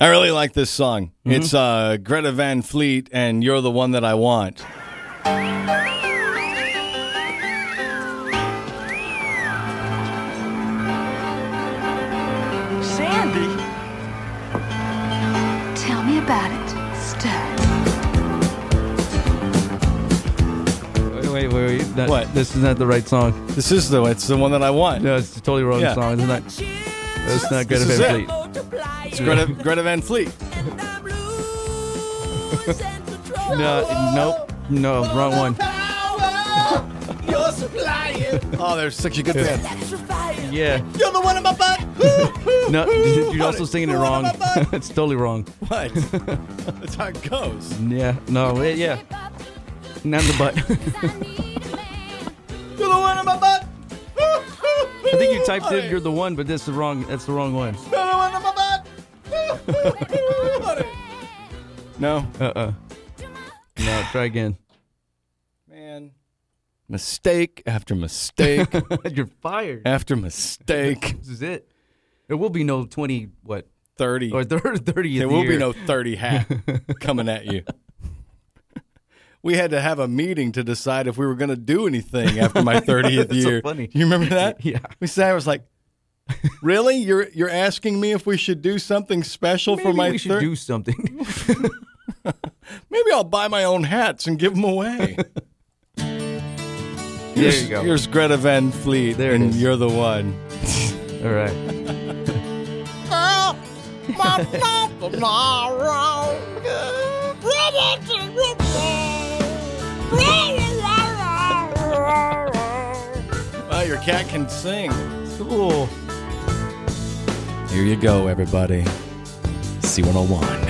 I really like this song. Mm-hmm. It's uh, Greta Van Fleet and You're the One That I Want. Sandy? Tell me about it, Stud. Wait, wait, wait. wait. That- What? This is not the right song. This is the it's the one that I want. No, it's the totally wrong Yeah. song. It's not. It's not Greta This is Van it. Fleet. It's Greta, Greta Van Fleet. No, nope. No, wrong one. You're supplying, Oh, they're such a good band. electrifying. Yeah. You're the one in my butt. No, you're also singing it What wrong. am I- it's totally wrong. What? That's how it goes. Yeah. No. eh, Yeah. Not the butt. You're the one in my butt. I think you typed in "You're the one," but that's the wrong. That's the wrong one. You're the one in my butt. No, Uh. uh No. Try again. man. Mistake after mistake you're fired. after mistake. This is it. There will be no twenty. What? Thirty. Or thirty. Thirty. There will be no 30 hat coming at you. We had to have a meeting to decide if we were going to do anything after my 30th That's so year. funny. You remember that? Yeah. We sat. I was like, "Really? You're you're asking me if we should do something special Maybe for my we should thir- do something. Maybe I'll buy my own hats and give them away." there Here's- you go. Here's Greta Van Fleet, There it and is. you're the one. All right. Well, your cat can sing. Cool. Here you go, everybody. C101.